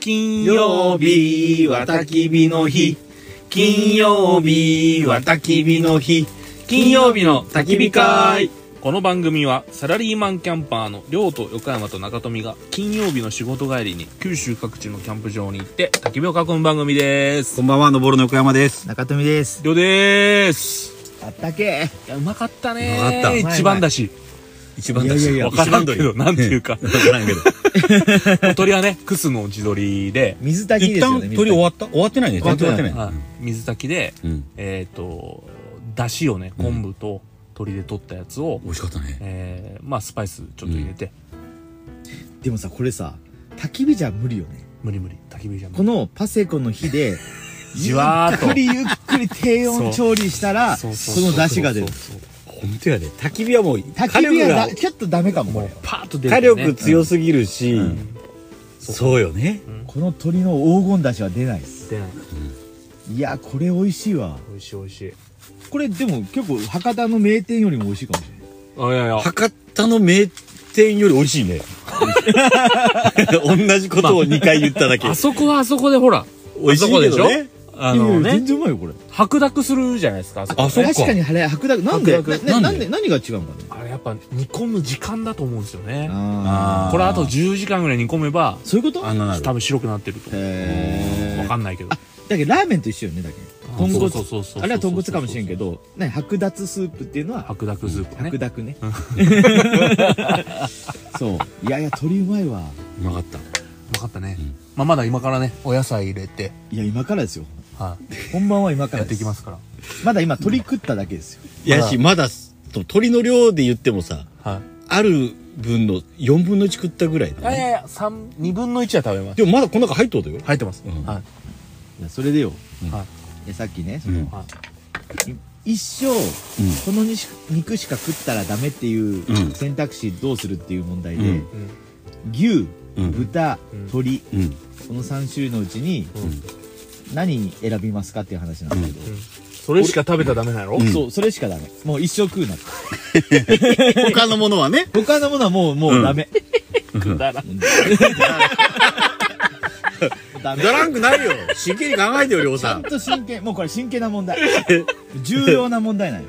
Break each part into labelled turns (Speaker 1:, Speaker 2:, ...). Speaker 1: 金曜日は焚き火の日。金曜日は焚き火の日。金曜日の焚き火会。
Speaker 2: この番組はサラリーマンキャンパーの亮と横山と中富が金曜日の仕事帰りに九州各地のキャンプ場に行って焚き火を囲む番組です
Speaker 3: こんばんは、のぼるの横山です。
Speaker 4: 中富です。
Speaker 2: 亮でーす
Speaker 4: あったけ
Speaker 2: いやうまかったね
Speaker 3: うまかった
Speaker 2: ー一番だし
Speaker 3: 一番だ
Speaker 4: いや
Speaker 3: し、
Speaker 4: いやいや
Speaker 2: わからんけどなんていうか
Speaker 3: わからんけど。
Speaker 2: お鳥はね クスの地鶏で、
Speaker 4: 水炊
Speaker 3: 一
Speaker 4: きですよ
Speaker 3: 旦
Speaker 4: ね。
Speaker 3: 鳥終わった終わってないね。全然終わってない。
Speaker 2: はい水炊きで
Speaker 3: うん。
Speaker 2: えっ、とだしをね昆布と鶏で取ったやつを、
Speaker 3: 美味しかったね。
Speaker 2: えーまあスパイスちょっと入れて、
Speaker 4: でもさ、これさ、焚き火じゃ無理よね。
Speaker 2: 無理無理焚き火じゃん
Speaker 4: このパセコの火で、
Speaker 2: じわーっと
Speaker 4: ゆっくりゆっくり低温調理したら、こ
Speaker 2: そうそうそう
Speaker 4: の出汁が出る
Speaker 2: そ。うそうそう
Speaker 3: 本当やで。焚き火はもう、
Speaker 4: 焚き
Speaker 3: 火
Speaker 4: 火
Speaker 3: 力
Speaker 4: は
Speaker 3: が
Speaker 4: だ、ちょっとダメかも、これ。
Speaker 2: パーッと出る
Speaker 5: 火
Speaker 2: よね
Speaker 5: 力強すぎるし、
Speaker 3: そうよね。
Speaker 4: この鳥の黄金出汁は出ないです。
Speaker 2: 出ない
Speaker 4: いや、これ美味しいわ。
Speaker 2: 美味しい美味しい
Speaker 4: これでも結構博多の名店よりも美味しいかもしれな
Speaker 2: あ
Speaker 4: い。
Speaker 2: いやいや
Speaker 3: 博多の名店より美味しいね。 同じことを2回言っただけ
Speaker 2: あ。そこはあそこでほら
Speaker 3: 美味しいけど
Speaker 2: あそこで
Speaker 3: ね。
Speaker 2: あの
Speaker 4: いやいや
Speaker 2: ね
Speaker 4: 全然うまいよ、これ。
Speaker 2: 白濁するじゃないですかあそこ
Speaker 3: あ、そっか
Speaker 4: 確。かに、あれ、白濁、なんで、
Speaker 2: 白濁
Speaker 4: な
Speaker 3: な
Speaker 4: なんん
Speaker 3: で
Speaker 4: で、何が違うんかね。
Speaker 2: あれやっぱ煮込む時間だと思うんですよね
Speaker 4: あ
Speaker 3: ー
Speaker 2: これあと10時間ぐらい煮込めば
Speaker 4: ー。そういうこと
Speaker 3: あの、なる
Speaker 2: 多分白くなってると思
Speaker 4: へ
Speaker 2: う
Speaker 4: ー
Speaker 2: わかんないけど
Speaker 4: だけどラーメンと一緒よねだけ豚
Speaker 2: そ
Speaker 4: 骨
Speaker 2: うそうそうそう
Speaker 4: あれは豚骨かもしれんけどね白奪スープっていうのは
Speaker 2: 白濁スープね
Speaker 4: 白奪ね そういやいや鶏うまいわ
Speaker 3: うまかった。
Speaker 2: 分かったねまあまだ今からねお野菜入れて
Speaker 4: いや今からですよ
Speaker 2: はい
Speaker 4: 本番は今から
Speaker 2: やっ
Speaker 4: で
Speaker 2: ていきますから
Speaker 4: まだ今鶏食っただけですよ
Speaker 3: いやし、まだ、鳥の量で言ってもさ、
Speaker 2: はい
Speaker 3: ある分の4分の1食ったぐらいだ
Speaker 2: あい
Speaker 3: ね。
Speaker 2: やいや三二分の一は食べます
Speaker 3: でもまだこの中入っとうだよ。
Speaker 2: 入ってます、
Speaker 3: うん
Speaker 2: はい
Speaker 4: いやそれでよ
Speaker 2: はい
Speaker 4: やさっきね
Speaker 3: うん。
Speaker 2: はい
Speaker 4: 一生このにし肉しか食ったらダメっていう
Speaker 3: うん
Speaker 4: 選択肢どうするっていう問題
Speaker 3: う
Speaker 4: で
Speaker 3: ん
Speaker 2: うん
Speaker 4: 牛
Speaker 3: うん
Speaker 4: 豚
Speaker 2: うん
Speaker 4: 鶏
Speaker 3: うん。
Speaker 4: この3種類のうちに
Speaker 2: うん
Speaker 4: 何選びますかっていう話なんだけど
Speaker 2: それしか食べたらダメなの、
Speaker 3: ん
Speaker 4: そう、それしかダメ。もう一生食うな。
Speaker 3: 他のものはね。
Speaker 4: 他のものはもう、もうダメ。
Speaker 2: だから
Speaker 4: ダメ。
Speaker 3: じゃらんくないよ。真剣に考えてよ、りょう
Speaker 4: ちゃ
Speaker 3: さ
Speaker 4: ん
Speaker 3: ん。
Speaker 4: と真剣、もうこれ真剣な問題。重要な問題なんよ。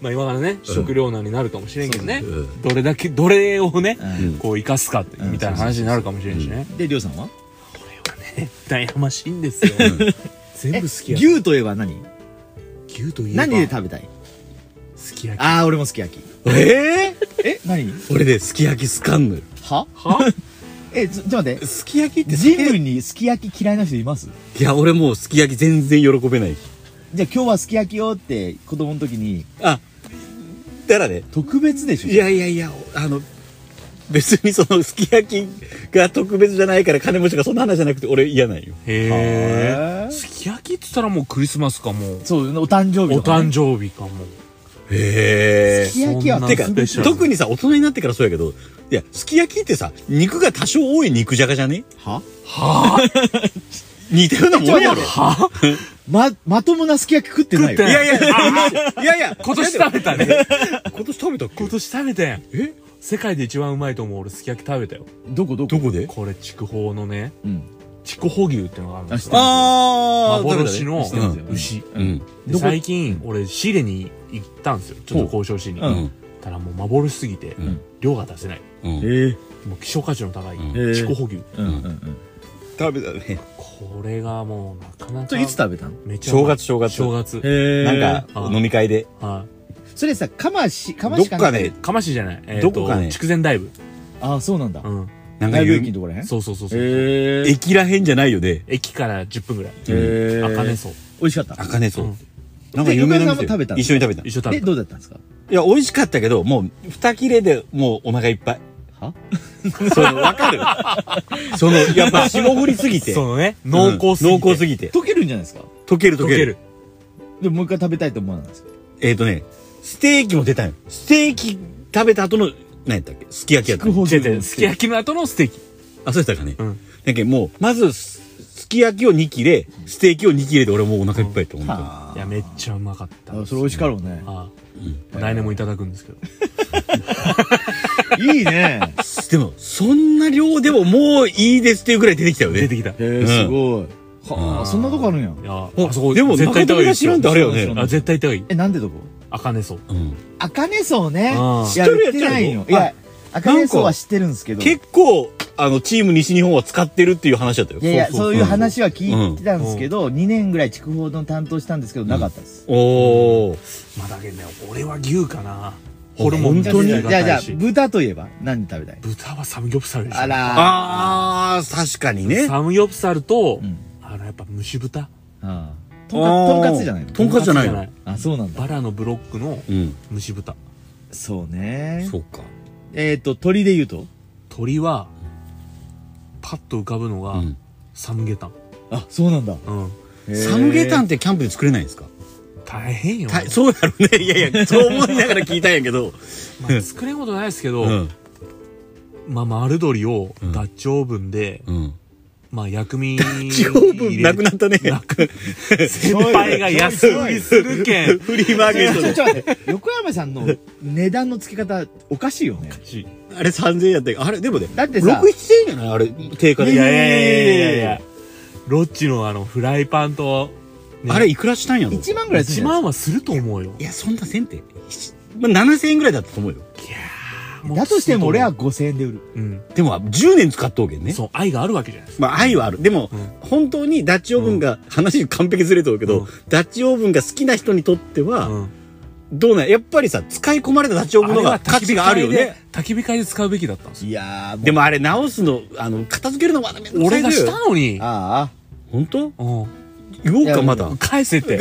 Speaker 2: まあ今からね食糧難になるかもしれんけどね、
Speaker 3: そううん
Speaker 2: どれだけどれをね、
Speaker 4: うん
Speaker 2: こう生かすかって、
Speaker 4: ん
Speaker 2: みたいな話になるかもしれんしね、
Speaker 4: で、りょうさんは
Speaker 2: 悩ましいんですよ全部好きや
Speaker 4: 牛といえば何
Speaker 2: 牛といえば
Speaker 4: 何で食べたい
Speaker 2: すき焼き
Speaker 4: あー、俺もすき焼き。
Speaker 3: ええ
Speaker 4: え、何
Speaker 3: 俺ね、すき焼き好かんのよ。
Speaker 4: は
Speaker 2: は
Speaker 4: え、ちょ、ちょっと待って。
Speaker 3: すき焼きって
Speaker 4: 人類にすき焼き嫌いな人います
Speaker 3: いや、俺もうすき焼き全然喜べない。
Speaker 4: じゃあ今日はすき焼きよって子供の時に、
Speaker 3: あ、だからね、
Speaker 4: 特別でしょ
Speaker 3: いやいやいや、あの、別にそのすき焼きが特別じゃないから金持ちがそんな話じゃなくて俺嫌ないよ。
Speaker 2: へ
Speaker 4: へ
Speaker 2: え
Speaker 4: ー
Speaker 2: すき焼きっつったらもうクリスマスかもう
Speaker 4: そう、お誕生日
Speaker 2: お
Speaker 4: とかね、
Speaker 2: 誕生日かも
Speaker 3: へ
Speaker 4: すき焼
Speaker 2: そ
Speaker 4: き
Speaker 2: ん
Speaker 4: は
Speaker 2: な
Speaker 3: て
Speaker 4: て
Speaker 3: か
Speaker 4: か
Speaker 2: スペシャ、ル
Speaker 3: 特にさ、大人になってからそうやけど、いや、すき焼きってさ、肉が多少多い肉じゃがじゃね
Speaker 4: は
Speaker 3: 似たようなもんやろ。
Speaker 2: は
Speaker 4: ま、まともなすき焼き食ってない
Speaker 2: 食っ
Speaker 4: よ。
Speaker 2: てな
Speaker 3: いやいや、いやいや、
Speaker 2: 今年食べたね
Speaker 3: 今年食べたっけ
Speaker 2: 今年食べたやん
Speaker 3: え
Speaker 2: 世界で一番うまいと思う俺すき焼き食べたよ
Speaker 4: どこどこ
Speaker 3: どこで
Speaker 2: これ筑豊のね
Speaker 4: うん。
Speaker 2: 筑豊牛ってのがあるんですよ
Speaker 3: あ
Speaker 2: 幻の
Speaker 3: 食べたね
Speaker 2: 牛
Speaker 3: うん。
Speaker 2: で
Speaker 4: どこ
Speaker 2: 最近俺仕入れに行ったんですよちょっと交渉しに、
Speaker 4: ほううん
Speaker 2: たらもう幻すぎて、
Speaker 3: ん
Speaker 2: 量が出せない
Speaker 3: うん。
Speaker 4: え
Speaker 3: うん
Speaker 4: ー
Speaker 2: もう希少価値の高い
Speaker 3: ん
Speaker 2: 筑穂牛、
Speaker 4: うんうんうん。
Speaker 3: 食べたね。
Speaker 2: これがもうなかなか
Speaker 4: それいつ食べたの
Speaker 2: めちゃ
Speaker 3: 正月、正月。
Speaker 2: 正月
Speaker 4: へ
Speaker 3: なんか、飲み会で。
Speaker 2: は
Speaker 4: それさ、かまし、か
Speaker 3: ど
Speaker 4: ま
Speaker 3: っ
Speaker 4: しな
Speaker 3: かで、
Speaker 2: いかましじゃない、えー、
Speaker 3: どこかね
Speaker 2: 筑前大部
Speaker 4: ああ、そうなんだ
Speaker 2: う。ん
Speaker 3: なんか
Speaker 4: 大
Speaker 3: 言
Speaker 4: 病気の
Speaker 3: う、
Speaker 4: ところへん
Speaker 2: そうそうそうそう、
Speaker 4: へえ。
Speaker 3: 駅らへんじゃないよね。
Speaker 2: 駅から10分ぐらい
Speaker 4: へー
Speaker 2: 赤根荘
Speaker 4: 美味しかった。
Speaker 3: 赤根荘
Speaker 2: うん。
Speaker 3: なんか有名な
Speaker 4: で
Speaker 3: 店
Speaker 4: 横山さんも食べたの
Speaker 3: 一緒に食べた。い
Speaker 2: 一緒食べ
Speaker 4: で、
Speaker 2: た
Speaker 4: どうだったんですか
Speaker 3: や、美味しかったけど、もう、二切れでもうお腹いっぱい。
Speaker 4: は
Speaker 3: その、わかるその、やっぱ霜降りすぎて。
Speaker 2: そのね
Speaker 3: うん
Speaker 2: 濃厚すぎて、
Speaker 3: 濃厚すぎて。
Speaker 4: 溶けるんじゃないですか
Speaker 3: 溶ける溶
Speaker 2: 溶
Speaker 3: け
Speaker 2: け
Speaker 3: る
Speaker 2: る。
Speaker 4: でももう一回食べたいと思わないんですか
Speaker 3: えっとね、ステーキも出たんよ。ステーキ食べた後の、何やったっけすき焼きやった。
Speaker 2: 違う違うすき焼きの後のステーキ
Speaker 3: あ、そうやったかね。
Speaker 2: うん
Speaker 3: だけどもう、まずす、すき焼きを2切れ、ステーキを2切れで俺もうお腹いっぱいやった、本当に。
Speaker 4: あ
Speaker 2: いやめっちゃうまかった
Speaker 4: ーあそれ美味しかろうね。
Speaker 2: ああ来年もいただくんですけど
Speaker 4: いいね。
Speaker 3: でも、そんな量でももういいですっていうぐらい出てきたよね。
Speaker 2: 出てきた。
Speaker 4: へえ、すごい。
Speaker 2: は
Speaker 4: そんなとこあるんや。
Speaker 2: いや、
Speaker 3: あ
Speaker 2: あそこ、
Speaker 3: でも
Speaker 2: 絶対行った方がいいですよ
Speaker 3: 中島が知らんってあれ
Speaker 4: よね
Speaker 2: あ、絶対行った方がいい。
Speaker 4: え、なんでどこ
Speaker 2: あかねそ
Speaker 3: うん
Speaker 4: あかねそうね。
Speaker 2: あー
Speaker 4: いや、
Speaker 3: 知っ
Speaker 4: 知
Speaker 3: てる
Speaker 4: って
Speaker 3: やつ
Speaker 4: な
Speaker 3: やろ
Speaker 4: いの。いや、あかねそうは知ってるんですけど。い
Speaker 3: 結構、あの、チーム西日本は使ってるっていう話だったよ。
Speaker 4: やいや、そういう話は
Speaker 3: う
Speaker 4: 聞
Speaker 3: ん
Speaker 4: いてたんですけど、2年ぐらい筑豊の担当したんですけど、なかったです。
Speaker 3: おー。
Speaker 2: まあだけどね、俺は牛かな。ホルモン
Speaker 3: 本当に
Speaker 4: じゃあ
Speaker 2: 牛
Speaker 4: じゃあ、じゃあ
Speaker 2: し
Speaker 4: 豚といえば何食べたい
Speaker 2: 豚はサムギョプサルでしょ。
Speaker 4: あら
Speaker 3: あー、確かにね。
Speaker 2: サムギョプサルと
Speaker 4: うん、
Speaker 2: あの、やっぱ蒸し豚。
Speaker 4: あーとんかとんかつじゃないの
Speaker 3: とんかつじゃないの。
Speaker 4: あ、そうなんだ。
Speaker 2: バラのブロックの
Speaker 3: うん。
Speaker 2: 蒸し豚。
Speaker 4: そうね。
Speaker 3: そうか。
Speaker 4: えっと、鳥で言うと
Speaker 2: 鳥は、パッと浮かぶのが
Speaker 3: うん、
Speaker 2: サムゲタン。
Speaker 4: あ、そうなんだ。
Speaker 2: うん。
Speaker 3: サムゲタン
Speaker 4: ン
Speaker 3: ってキャンプで作れないんですか
Speaker 2: 大変よ。
Speaker 3: たそうやろうね。い やいや、そう思いながら聞いたんやけど。
Speaker 2: まあ作れんことないですけ
Speaker 3: う
Speaker 2: ど
Speaker 3: ん、。
Speaker 2: まあ丸鶏を
Speaker 3: うん
Speaker 2: ダッチオーブンで、
Speaker 3: うん。
Speaker 2: まあ薬味
Speaker 3: 地方分なくなったね。
Speaker 2: なく先輩が安売りするけん。
Speaker 3: フリーマーケ
Speaker 4: ちょ、ちょ、
Speaker 3: ッ
Speaker 4: ちょ、待って横山さんの値段の付け方、おかしいよね。
Speaker 3: トで。あれ3000円やったけどあれ、でもね、
Speaker 4: だって
Speaker 3: 6、
Speaker 4: さ
Speaker 3: 7000円じゃないあれ、定価で。
Speaker 2: いやいやいやいやいや。ロッチのあのフライパンと、ね
Speaker 3: あれ、いくらしたんやろ
Speaker 4: 1万ぐらいす
Speaker 2: 1
Speaker 4: るんじゃない
Speaker 2: 万はすると思うよ。
Speaker 3: いや、そんなせんて。七まあ、7000円ぐらいだったと思うよ。
Speaker 2: もう
Speaker 4: だとしても俺は、5000円で売る。
Speaker 2: うん。
Speaker 3: でも、10年使っとうけんね。
Speaker 2: そう、愛があるわけじゃないですか。
Speaker 3: まあ、愛はある。でも、
Speaker 2: うん
Speaker 3: 本当にダッチオーブンが、話完璧ずれとるけど、
Speaker 2: うん
Speaker 3: ダッチオーブンが好きな人にとっては、
Speaker 2: うん。
Speaker 3: どうなんやっぱりさ、使い込まれたダッチオーブンの方が価値があるよね。。
Speaker 2: 焚き火会で使うべきだったんですよ。
Speaker 4: いやー、もう
Speaker 3: でもあれ直すの、あの、片付けるのまだめんどくさ
Speaker 2: 俺
Speaker 3: いの
Speaker 2: が
Speaker 3: よ
Speaker 2: したのに。
Speaker 4: あ
Speaker 3: 本当
Speaker 2: う
Speaker 3: 言おう
Speaker 4: いや
Speaker 3: か、まだ
Speaker 2: ん。。返せって。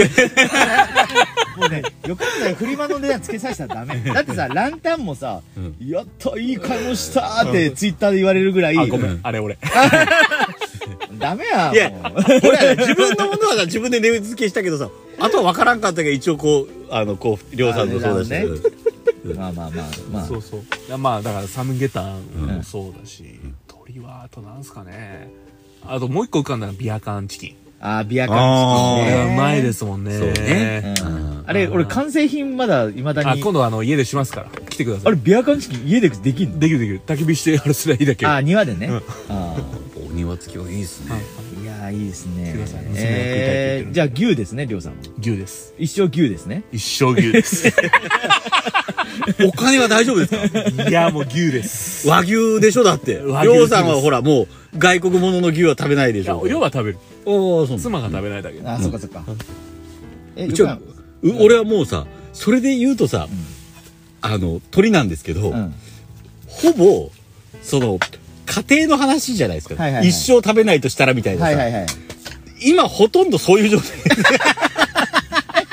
Speaker 4: あ、もうね、横山さん、フリマの値段付けさせたらダ メ。だってさ、ランタンもさ、
Speaker 3: うん
Speaker 4: やった、いい買い物したーって、ツイッターで言われるぐらい、
Speaker 2: あ、ごめ
Speaker 3: うん
Speaker 2: ん。あれ俺。
Speaker 4: ダメや、
Speaker 3: いや
Speaker 4: もう。
Speaker 3: ほら、自分のものはさ自分で値付けしたけどさ、あとは分からんかったけど、一応こう、あの、こう、りょうさんの相談して
Speaker 4: あれまあまあまあ、まあ
Speaker 2: そ。うそう。いやまあ、だからサムゲタンもそうだし、鳥は、あとなんすかね。あともう一個浮かんだのはビアカンチキン。
Speaker 4: あー、ビアカン
Speaker 3: あ
Speaker 2: こ
Speaker 4: チキン
Speaker 2: れ
Speaker 4: ね
Speaker 2: はうまいで。すもんね。
Speaker 3: そうね
Speaker 4: う
Speaker 3: うん
Speaker 4: んあれ、俺、完成品まだ、未だ
Speaker 2: あ、
Speaker 4: に。
Speaker 2: 今度はあの、家でしますから。来てくだ
Speaker 4: あ
Speaker 2: さい。
Speaker 4: れ、ビアカンチキン家でできんの
Speaker 2: できるできる。焚き火して、あれすりゃいいだけ。
Speaker 4: あー、庭でね。あ
Speaker 3: お庭付きはいいですね。
Speaker 4: ーいやー、いいですね
Speaker 2: 来てください。娘が食いたいって言って
Speaker 4: え
Speaker 2: る
Speaker 4: ー、
Speaker 2: んで
Speaker 4: じゃあ牛ですね、りょうさんも。
Speaker 2: 牛です。
Speaker 4: 一生牛ですね。
Speaker 2: 一生牛です。
Speaker 3: お金は大丈夫です か
Speaker 2: いや、もう牛です。
Speaker 3: 和牛でしょだって。り
Speaker 2: 和牛
Speaker 3: ょうさんはほら、もう、外国物の牛は食べないで
Speaker 2: い
Speaker 3: し
Speaker 2: や、
Speaker 3: ょ。
Speaker 2: 要は食べる。
Speaker 3: おーそうな
Speaker 2: 妻
Speaker 3: んだ
Speaker 2: が食べないだけ。
Speaker 4: あー、そっかそっか。え、
Speaker 3: 一
Speaker 4: 横
Speaker 3: 応
Speaker 4: 山
Speaker 3: う俺はもうさそれで言うとさ、あの鳥なんですけど、
Speaker 4: うん。
Speaker 3: ほぼその家庭の話じゃないですか、
Speaker 4: はいはいはい
Speaker 3: 一生食べないとしたらみたいな
Speaker 4: は
Speaker 3: さ、
Speaker 4: いはいはい。
Speaker 3: 今ほとんどそういう状態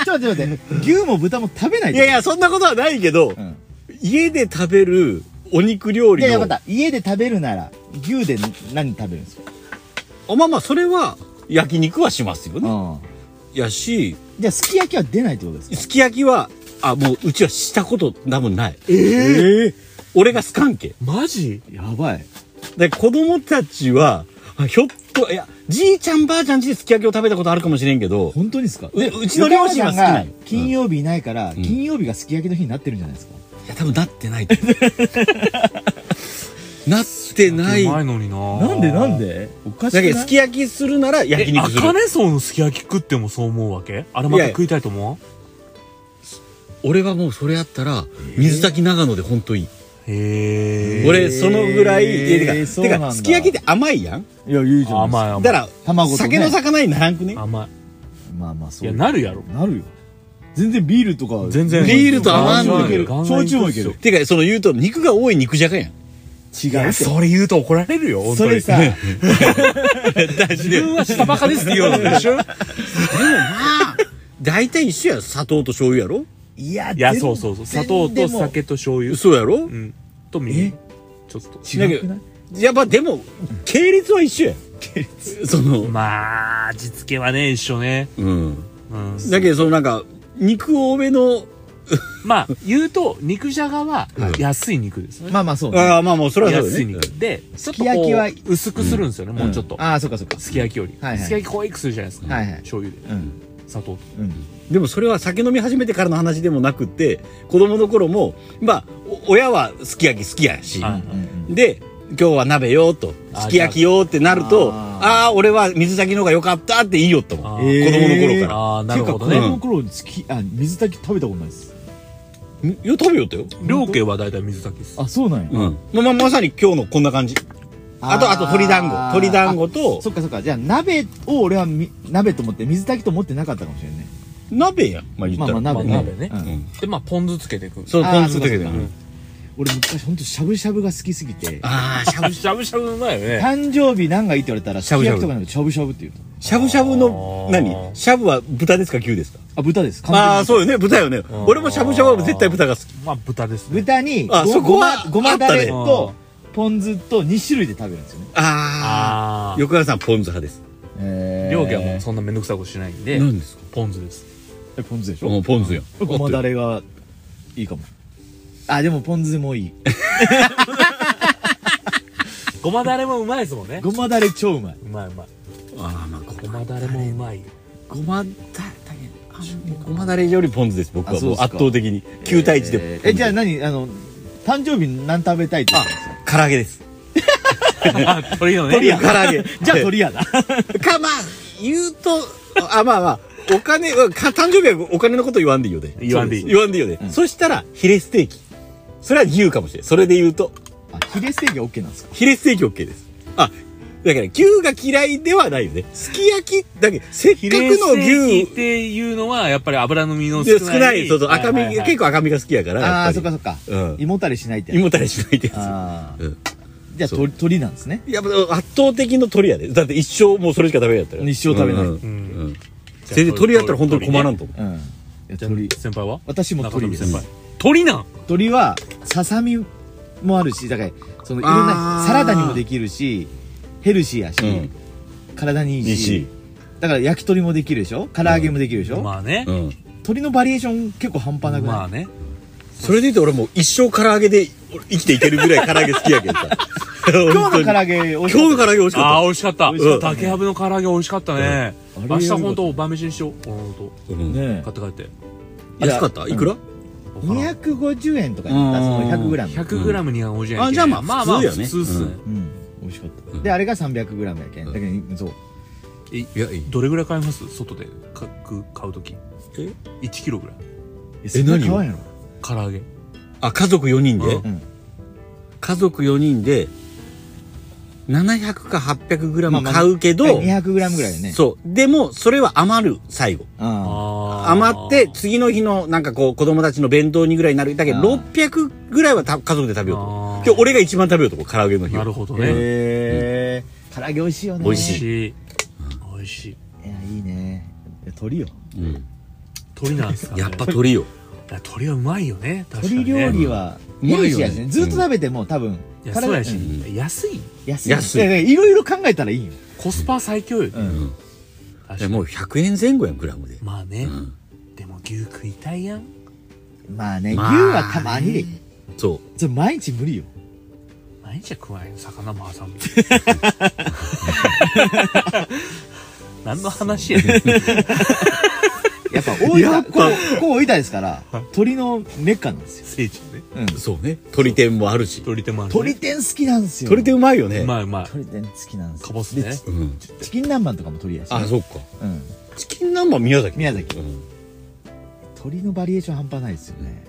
Speaker 4: ちょっと待って待って、牛も豚も食べない
Speaker 3: い
Speaker 4: で
Speaker 3: やいやそんなことはないけど、
Speaker 4: うん。
Speaker 3: 家で食べるお肉料
Speaker 4: い
Speaker 3: 理
Speaker 4: やいや、
Speaker 3: の
Speaker 4: また、家で食べるなら、牛で何食べるんですか
Speaker 3: あまあまあそれは焼肉はしますよね、
Speaker 4: うん。
Speaker 3: やし
Speaker 4: じゃあ、すき焼きは出ないってことですか
Speaker 3: すき焼きはあもううちはしたこと多分ない
Speaker 2: ええ
Speaker 3: 俺が好かんけ
Speaker 2: マジ
Speaker 4: やばい。
Speaker 3: で子供たちはあひょっといやじいちゃんばあちゃんちですき焼きを食べたことあるかもしれんけど
Speaker 4: 本当にですか
Speaker 3: ううちの両親は好きなの
Speaker 4: 横山さんが金曜日いないから、金曜日がすき焼きの日になってるんじゃないですか
Speaker 3: いや多分なってない と思うなってない
Speaker 2: 前のにな
Speaker 4: なんでなんでおかし
Speaker 3: だ
Speaker 4: くな
Speaker 3: け
Speaker 4: い
Speaker 3: どすき焼きするなら
Speaker 2: え
Speaker 3: 焼、肉
Speaker 2: あ
Speaker 3: す
Speaker 2: か
Speaker 3: る
Speaker 2: ねそうのすき焼き食ってもそう思うわけあれまた食いたいと思
Speaker 3: 俺はもうそれやったら水炊き長野で本当いい、
Speaker 2: うへえ。
Speaker 3: 俺そのぐらい
Speaker 4: へー
Speaker 3: いやてか
Speaker 4: そう
Speaker 3: て
Speaker 4: なんだ
Speaker 3: かすき焼きって甘いやん
Speaker 4: いや、いいじゃないです
Speaker 2: 甘い
Speaker 4: か。
Speaker 2: 甘い。
Speaker 3: だから
Speaker 4: 卵とね
Speaker 3: 酒の魚にならんくね
Speaker 2: 甘
Speaker 4: まあまあ、そ。
Speaker 2: い。いうや、なるやろ。
Speaker 4: なるよ。全然ビールとか。
Speaker 2: 全然
Speaker 3: ビールと合わんのよ
Speaker 4: いける。
Speaker 2: ガンガン
Speaker 4: 焼酎もいける。
Speaker 3: てかその言うと肉が多い肉じゃがやん
Speaker 4: 違
Speaker 2: いうや、
Speaker 4: って。
Speaker 2: それ言うと怒られるよ、本当
Speaker 4: そ
Speaker 2: に
Speaker 4: れさ、
Speaker 2: 自分は下バカですって言うのでしょ
Speaker 3: 大体一緒や砂糖と醤油やろ
Speaker 4: いや、
Speaker 2: いや、
Speaker 4: 全
Speaker 2: そうそうそう。砂糖と。
Speaker 4: 全然で
Speaker 2: 酒と醤油。
Speaker 3: そうやろ、
Speaker 2: うん。とみりん。ちょっと。
Speaker 4: も違くない
Speaker 3: やっぱでも系列は一緒やんその
Speaker 2: まあ、味付けはね、一緒ね。
Speaker 3: うん
Speaker 2: うん。
Speaker 3: だけどそのなんか肉多めの
Speaker 2: まあ、言うと、肉じゃがは
Speaker 3: はい
Speaker 2: 安い肉ですね。
Speaker 4: まあまあ、そうね。
Speaker 3: ああまあもうそれはそうだ
Speaker 2: 安い
Speaker 3: よね
Speaker 2: 肉。で、ちょっ
Speaker 4: き
Speaker 2: と
Speaker 4: 焼きは
Speaker 2: こう、薄くするんですよね、もうちょっと
Speaker 4: ん。ああ、そっかそっか。
Speaker 2: すき焼きより。
Speaker 4: はいはい
Speaker 2: すき焼きこういくするじゃないですか。
Speaker 4: はいはい
Speaker 2: 醤油で。
Speaker 4: うん。
Speaker 2: 砂糖と
Speaker 3: でもそれは酒飲み始めてからの話でもなくって子供の頃もまあお親はすき焼き好きやし、
Speaker 2: はい
Speaker 3: で今日は鍋よと
Speaker 2: あ
Speaker 3: すき焼きよってなるとああー俺は水炊きの方が良かったって言いよったもん
Speaker 2: あ
Speaker 3: 子
Speaker 2: ー
Speaker 3: 供の頃から、
Speaker 2: あーなるほどね
Speaker 4: てか子供の頃月あ水炊き食べたことないです
Speaker 3: んいや食べよったよ、
Speaker 2: 両家は大体水炊きです
Speaker 4: あそうなんや
Speaker 3: うんまあ、まさに今日のこんな感じあとあと鶏団子鶏団子と
Speaker 4: そっかそっかじゃあ鍋を俺はみ鍋と思って水炊きと思ってなかったかもしれないね
Speaker 3: 鍋やんまあ言
Speaker 4: ま
Speaker 3: っ
Speaker 4: あ
Speaker 3: た
Speaker 4: ま
Speaker 3: ら、
Speaker 4: あ鍋ね,
Speaker 2: ま
Speaker 4: う
Speaker 2: あ
Speaker 4: ん、
Speaker 2: 鍋ね
Speaker 3: うん
Speaker 2: でまあポン酢つけていく
Speaker 3: そう
Speaker 4: あー
Speaker 3: ポン酢だけで
Speaker 4: そ
Speaker 3: な
Speaker 4: うかそうか俺昔ほんとしゃぶしゃぶが好きすぎて
Speaker 3: ああ
Speaker 2: しゃぶしゃぶしゃぶうまいよね
Speaker 4: 誕生日何がいいって言われたら
Speaker 3: しゃぶしゃぶ
Speaker 4: すき焼きとかなんかしゃぶしゃぶって言うと
Speaker 3: しゃぶしゃぶの
Speaker 2: あー
Speaker 3: 何しゃぶは豚ですか牛ですか
Speaker 4: あ豚です完全に
Speaker 3: ああーそうよね豚よね
Speaker 2: ん
Speaker 3: 俺もしゃぶしゃぶは絶対豚が好き
Speaker 2: まあ豚ですね
Speaker 4: 豚に
Speaker 3: あ
Speaker 4: ご
Speaker 3: そこは
Speaker 4: ごま
Speaker 3: あった
Speaker 4: ごまだ
Speaker 3: ね
Speaker 4: れとポン酢と2種類で食べるんですよね
Speaker 3: あ
Speaker 2: あ
Speaker 3: あ
Speaker 2: あ
Speaker 3: 横川さんポン酢派です
Speaker 4: え
Speaker 2: 両家はもうそんな面倒くさいことしないんで
Speaker 3: 何ですか
Speaker 2: ポン酢です
Speaker 4: えポン酢でし
Speaker 3: う
Speaker 4: ょ
Speaker 3: んポン酢よ
Speaker 4: ごまだれがいいかもあでもポン酢もいい
Speaker 2: ごまだれもうまいですもんね
Speaker 4: ごまだれ超うまいう
Speaker 2: まいうまい
Speaker 3: ああまあご
Speaker 2: ごまだれもうまいよ
Speaker 3: ごまだごまだれよりポン酢です僕
Speaker 4: あ
Speaker 3: は
Speaker 4: そう
Speaker 3: もう
Speaker 4: ですか
Speaker 3: 圧倒的に9対1で
Speaker 4: えーえじゃあ何あの誕生日何食べたいって言ったんですか
Speaker 3: 唐揚げです
Speaker 2: あ鳥のね
Speaker 3: 鳥や唐揚 げ
Speaker 4: じゃあ鳥やだ
Speaker 3: かまあ言う とあまあまあお金うんか誕生日はお金のこと言わんでいいよね
Speaker 2: 言わんでいい
Speaker 3: そうす言わんでいいよね、そしたらヒレステーキそれは牛かもしれないそれで言うと
Speaker 4: あヒレステーキは OK なんですか
Speaker 3: ヒレステーキ OK ですあだから牛が嫌いではないよねすき焼きだけどせっかく
Speaker 2: ヒレステー
Speaker 3: の
Speaker 2: キっ
Speaker 3: 牛
Speaker 2: ていうのはやっぱり脂の身の
Speaker 3: で
Speaker 2: 少
Speaker 3: 少
Speaker 2: ない
Speaker 3: ないそうそう赤身、結
Speaker 2: 構
Speaker 3: 構赤身が好きやから
Speaker 4: ああーそっ
Speaker 3: や
Speaker 4: か
Speaker 3: ぱ
Speaker 4: そっか、
Speaker 3: うん
Speaker 4: 胃もたれしないって
Speaker 3: り胃もたれしないってや
Speaker 4: あ
Speaker 3: つ、
Speaker 4: ー
Speaker 3: うん
Speaker 4: じゃあ
Speaker 3: そう
Speaker 4: 鳥鳥なんですね
Speaker 3: やっぱ圧倒的の鳥やでだって一生もうそれしか食べなかったら
Speaker 4: 一生食べない
Speaker 3: うん
Speaker 2: う
Speaker 3: うんん全然鳥やったら本当に困らんと思う
Speaker 4: うんいや
Speaker 2: じゃあ
Speaker 4: 鳥
Speaker 2: 先輩は
Speaker 4: 私も鳥です
Speaker 2: 中富先輩鳥なん
Speaker 4: 鳥はささみもあるしだからそのいろん
Speaker 3: あ
Speaker 4: な
Speaker 3: ー
Speaker 4: サラダにもできるしヘルシーやし、
Speaker 3: うん
Speaker 4: 体にいいし
Speaker 3: いいし
Speaker 4: だから焼き鳥もできるでしょ唐揚げもできるでしょ、
Speaker 2: まあね
Speaker 3: うん
Speaker 4: 鳥のバリエーション結構半端なくない、
Speaker 2: まあね
Speaker 3: それで言うと俺もう一生唐揚げで俺生きていけるぐらい唐揚げ好きやけどさ
Speaker 4: 今
Speaker 3: 今
Speaker 4: 日の唐揚げ美味
Speaker 3: 今
Speaker 4: しか
Speaker 3: 日
Speaker 4: っ
Speaker 3: の唐揚
Speaker 4: た
Speaker 3: げ美味し
Speaker 2: ああ
Speaker 3: かっ
Speaker 2: 美味しかった
Speaker 4: 美味しかったね
Speaker 2: 竹ハブの唐揚げ美味しかったね
Speaker 4: うんあれ
Speaker 2: 明日本当お晩飯にしよう本
Speaker 3: たうん
Speaker 4: ね
Speaker 2: 当買って帰って
Speaker 4: え
Speaker 3: 安かったいくら
Speaker 2: お花
Speaker 4: 250円とかやったその 100g、
Speaker 2: 100g250 円
Speaker 3: あじゃあまあ
Speaker 2: まあまあ
Speaker 3: 普通や
Speaker 2: 普
Speaker 3: ね
Speaker 2: 通っすね
Speaker 4: うん、美味しかったであれが 300g やけんだけどそう
Speaker 2: え
Speaker 3: いやいい
Speaker 2: どれぐらい買います外でかく買う時
Speaker 3: え
Speaker 2: 1kg ぐらい
Speaker 4: えそんな
Speaker 3: 何を
Speaker 4: 買わんやろ
Speaker 2: 唐揚げ
Speaker 3: あ家族4人で、
Speaker 2: うん
Speaker 3: 家族4人で700か 800g
Speaker 4: まあ
Speaker 3: 買うけど、
Speaker 4: 200g ぐらいよねう
Speaker 3: そうでもそれは余る最後
Speaker 4: あ
Speaker 2: あー
Speaker 3: 余って次の日のなんかこう子供たちの弁当にぐらいになるだけど
Speaker 4: あー
Speaker 3: 600ぐらいはた家族で食べようと
Speaker 2: あ
Speaker 3: 思
Speaker 2: ー
Speaker 3: う今日俺が一番食べようと思う唐揚げの日
Speaker 2: なる
Speaker 3: は
Speaker 2: ほど
Speaker 4: ー
Speaker 2: ね
Speaker 4: へえ唐揚げ美味しいよね
Speaker 3: 美
Speaker 2: 美
Speaker 3: 味
Speaker 2: 味
Speaker 3: し
Speaker 2: しい美味しい
Speaker 4: いやいいねいや鳥よ
Speaker 3: うん
Speaker 2: 鳥なんですかね
Speaker 3: やっぱ鳥よ
Speaker 2: いや鳥はうまいよね確かに
Speaker 4: 鳥
Speaker 2: ね
Speaker 4: 料理は
Speaker 3: うん
Speaker 4: ヘルシーやし
Speaker 3: うまいよ
Speaker 4: ね
Speaker 3: ね
Speaker 4: ずっと食べても多分
Speaker 2: いやそうやし
Speaker 4: 体うん
Speaker 2: 安い
Speaker 4: 安い
Speaker 3: 安い
Speaker 4: ややいろいろ考えたらいいよ
Speaker 2: コスパ最強よ
Speaker 4: う
Speaker 2: ね
Speaker 4: ん
Speaker 2: 確
Speaker 3: い
Speaker 2: か
Speaker 3: や
Speaker 2: に
Speaker 3: もう100円前後やんグラムで
Speaker 2: まあねでも牛食いたいやん
Speaker 4: まあね牛
Speaker 3: まあ
Speaker 4: はたまにでいい
Speaker 3: そう
Speaker 4: それ毎日無理よ
Speaker 2: 毎日は食わんよ魚も挟む何の話やねん
Speaker 4: やっぱ大分こうこう大分ですから鳥のメッカなんですよ
Speaker 2: 聖地ね
Speaker 4: うん
Speaker 3: そうね鳥天もあるし
Speaker 2: 鳥手もあるね
Speaker 4: 鳥天好きなんですよ
Speaker 3: 鳥天うまいよね
Speaker 2: うまいうまい
Speaker 4: 鳥天好きなんですよ
Speaker 2: かぼすね
Speaker 4: でチ
Speaker 3: うん
Speaker 4: チキン南蛮とかも鳥やしね
Speaker 3: あそっか
Speaker 4: うん
Speaker 3: チキン南蛮宮崎
Speaker 4: 宮崎
Speaker 3: うん
Speaker 4: 鳥のバリエーション半端ないですよね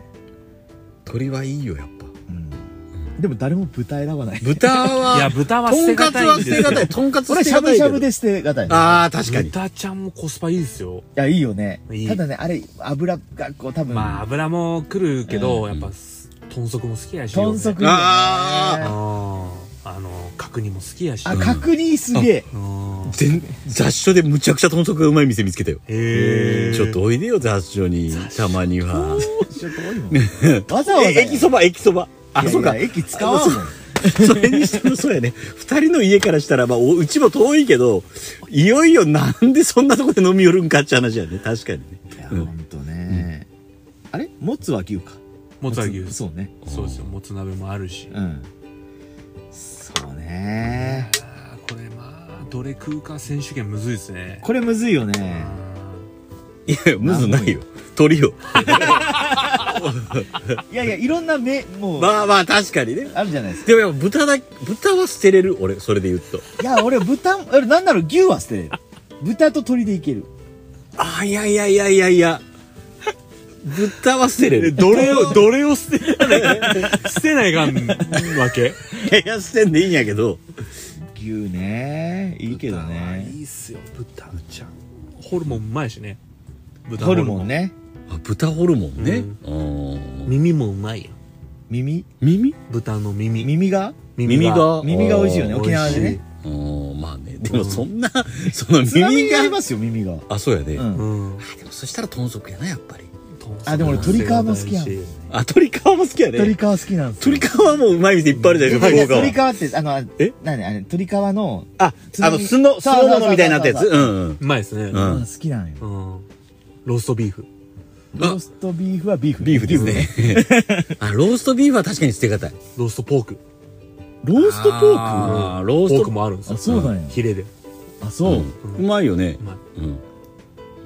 Speaker 3: 鳥はいいよやっぱ
Speaker 4: うんでも誰も豚選ばない
Speaker 3: 豚はい
Speaker 2: や豚は
Speaker 3: と
Speaker 2: 捨て
Speaker 3: ん
Speaker 2: が
Speaker 3: かつ
Speaker 2: たい
Speaker 3: は
Speaker 2: ん
Speaker 3: 捨
Speaker 2: で
Speaker 3: てがたいとんかつ
Speaker 4: こ
Speaker 3: 捨
Speaker 4: れ
Speaker 3: て
Speaker 4: しゃ
Speaker 3: がた
Speaker 4: ぶ
Speaker 3: い
Speaker 4: しゃぶで捨てがたいね
Speaker 3: ああ確かに
Speaker 2: 豚ちゃんもコスパいいですよ
Speaker 4: いやいいよね
Speaker 2: いい
Speaker 4: ただねあれ油がこう多分
Speaker 2: まあ油も来るけどやっぱ豚足も好きやし
Speaker 4: 豚足いいよね
Speaker 3: あ
Speaker 4: あ
Speaker 2: あーあの角煮も好きやし
Speaker 4: 角煮すげえ
Speaker 2: うん
Speaker 3: 全雑所でむちゃくちゃ豚足がうまい店見つけたよ
Speaker 2: へえ
Speaker 3: ちょっとおいでよ雑所にたまには
Speaker 4: ちょっと多いもんわざわざ
Speaker 3: え駅そば駅そばあ
Speaker 4: あ
Speaker 3: そ
Speaker 4: そうう
Speaker 3: か
Speaker 4: か駅使わんもん
Speaker 3: それにしてもそうやね二人の家からしたらまあおうちも遠いけどいよいよなんでそんなとこで飲み寄るんかって話やね確かにね
Speaker 4: いや、
Speaker 3: う
Speaker 4: ほ
Speaker 3: ん
Speaker 4: んとね。あれもつは牛か。
Speaker 2: もつは牛
Speaker 4: そうね。
Speaker 2: そうですよもつ鍋もあるし
Speaker 4: うん。そうね。
Speaker 2: あーこれまあどれ食うか選手権むずいですね
Speaker 4: これむずいよね。
Speaker 2: うん
Speaker 3: いやむずないよ鳥よ
Speaker 4: いやいやいろんな目もう
Speaker 3: まあまあ確かにね
Speaker 4: あるじゃないですか
Speaker 3: でもやっぱ豚だ豚は捨てれる俺それで言うと
Speaker 4: いや俺豚 俺なんなら牛は捨てれる豚と鳥でいける
Speaker 3: あーいやいやいやいやいや 豚は捨てれる
Speaker 2: どれを、どれを捨てない、捨てないかんわけ
Speaker 3: いやいや捨てんでいいんやけど
Speaker 4: 牛ねいいけどね
Speaker 2: いいっすよ、豚ちゃん。ホルモンうまいしね。豚
Speaker 4: ホルモン。ね
Speaker 3: あ豚ホルモンね、うん
Speaker 2: 耳もうまいやん。
Speaker 4: 耳
Speaker 3: 耳
Speaker 2: 豚の耳。
Speaker 4: 耳が
Speaker 3: 耳が
Speaker 4: 耳が美味しいよね
Speaker 3: あー
Speaker 4: 沖縄でね
Speaker 3: うんまあねでもそんな、 その
Speaker 4: 津波
Speaker 3: 耳
Speaker 4: が
Speaker 3: が
Speaker 4: ありますよ耳が
Speaker 3: あそうやね、
Speaker 4: う
Speaker 3: あ
Speaker 4: ん
Speaker 2: うん。
Speaker 3: でもそしたら豚足やなやっぱり
Speaker 4: あでも俺鶏皮も好きやん
Speaker 3: あ鳥皮も好きやね
Speaker 4: 鳥皮好きなんですよ
Speaker 3: 鳥皮もうまい店いっぱいあるじゃない
Speaker 4: い
Speaker 3: で
Speaker 4: や
Speaker 3: すか
Speaker 4: 鳥
Speaker 3: 福岡は
Speaker 4: 皮ってあの
Speaker 3: え
Speaker 4: 何あれ鳥皮の
Speaker 3: ああの酢の酢
Speaker 4: そうそうそう
Speaker 3: の物みたいになったやつ
Speaker 4: そう
Speaker 3: う
Speaker 4: そ
Speaker 3: んうん
Speaker 2: うまいですね。
Speaker 3: う
Speaker 2: うん
Speaker 4: うん好きなんよ
Speaker 2: ん。ローストビーフ。
Speaker 3: あ
Speaker 4: ローストビーフはビーフ
Speaker 3: ビーフですね あローストビーフは確かに捨てがたい
Speaker 2: ローストポーク。
Speaker 4: ローストポーク
Speaker 3: あーロースト
Speaker 2: ポークもあるんですよ。
Speaker 4: あそうなんや
Speaker 2: ヒレで。
Speaker 4: あそう
Speaker 3: うまいよね
Speaker 2: うまい
Speaker 3: うん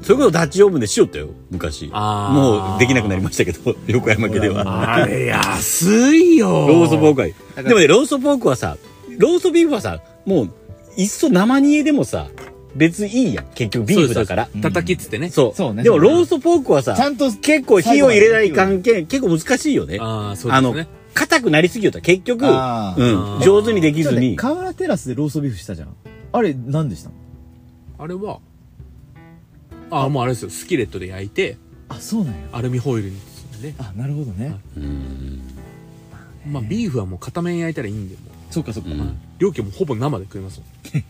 Speaker 3: それこそダッチオーブンで塩ったよ昔
Speaker 2: あー
Speaker 3: もうできなくなりましたけど 横山家では
Speaker 2: あれ、安いよ。
Speaker 3: ローストポークはいいでもねローストポークはさローストビーフはさもういっそ生煮えでもさ別にいいやん結局ビーフだから
Speaker 2: そうそうそう叩きっつってね。
Speaker 3: そう
Speaker 4: そうね
Speaker 3: でもローストポークはさ
Speaker 4: ちゃんと
Speaker 3: 結構火を入れない関係結構難しいよね
Speaker 2: ああ、そうです
Speaker 3: あの
Speaker 2: ね。
Speaker 3: 硬くなりすぎよったら結局、う
Speaker 4: あ
Speaker 2: ー
Speaker 3: ん、上手にでき
Speaker 4: ちょっ
Speaker 3: ず
Speaker 4: とね
Speaker 3: に
Speaker 4: 河原テラスでローストビーフしたじゃんあれ何でしたの
Speaker 2: あれは、ああ、もうあれですよ。スキレットで焼いて、
Speaker 4: あそうなんや
Speaker 2: アルミホイルに包んで。
Speaker 4: あなるほどね
Speaker 2: はいまあ、ビーフはもう片面焼いたらいいんで、もう。
Speaker 4: そうかそうか
Speaker 2: 料金もほぼ生で食いますもん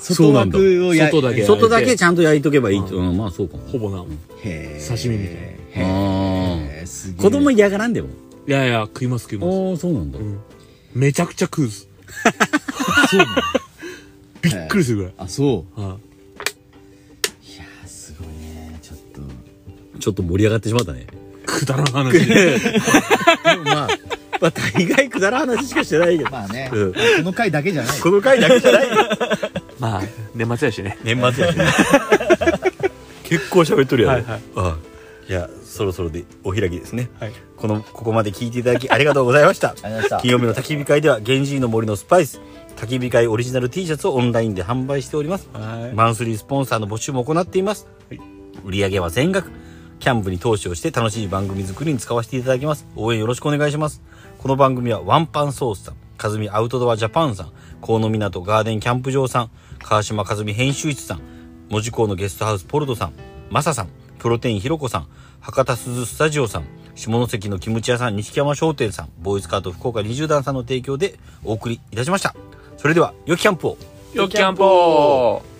Speaker 4: 外枠をや
Speaker 2: 外だけ
Speaker 3: 外だけちゃんと焼いとけばいいと、うん、まあそうかも
Speaker 2: ほぼ生。い
Speaker 4: へー
Speaker 2: 刺身みたい
Speaker 4: へ
Speaker 3: あ
Speaker 4: ーすげ
Speaker 3: ー
Speaker 4: え
Speaker 3: 子供嫌がらんでも
Speaker 2: やいや、食います食います。
Speaker 3: ああそうなんだ、
Speaker 2: んめちゃくちゃ食うっ す。びっくりするぐらい。
Speaker 4: あそ
Speaker 2: は
Speaker 4: ういやーすごいねちょっと
Speaker 3: ちょっと盛り上がってしまったね
Speaker 2: いくだらん話。
Speaker 3: でもまあまあ大概くだらん話しかしてないけど、
Speaker 4: まあね
Speaker 3: うん
Speaker 4: この回だけじゃない
Speaker 3: この回だけじゃないよ
Speaker 2: まあ、年末やしね。
Speaker 3: 年末やし結構喋っとるやろ、
Speaker 2: はいはい
Speaker 3: あーじゃあそろそろでお開きですね
Speaker 2: はい。
Speaker 3: このここまで聞いていただき ありがとうございました
Speaker 4: ありがとうございました
Speaker 3: 金曜日の焚き火会では源氏の森のスパイス焚き火会オリジナル T シャツをオンラインで販売しております
Speaker 2: はい
Speaker 3: マンスリースポンサーの募集も行っています、
Speaker 2: い
Speaker 3: 売り上げは全額キャンプに投資をして楽しい番組作りに使わせていただきます応援よろしくお願いしますこの番組はワンパンソースさんかずみアウトドアジャパンさん河野港ガーデンキャンプ場さん川島和美編集室さん門司港のゲストハウスポルトさんマサさんプロテインひろこさん博多鈴スタジオさん下関のキムチ屋さん錦山商店さんボーイスカート福岡20段さんの提供でお送りいたしましたそれでは良きキャンプを
Speaker 2: よっキャンポー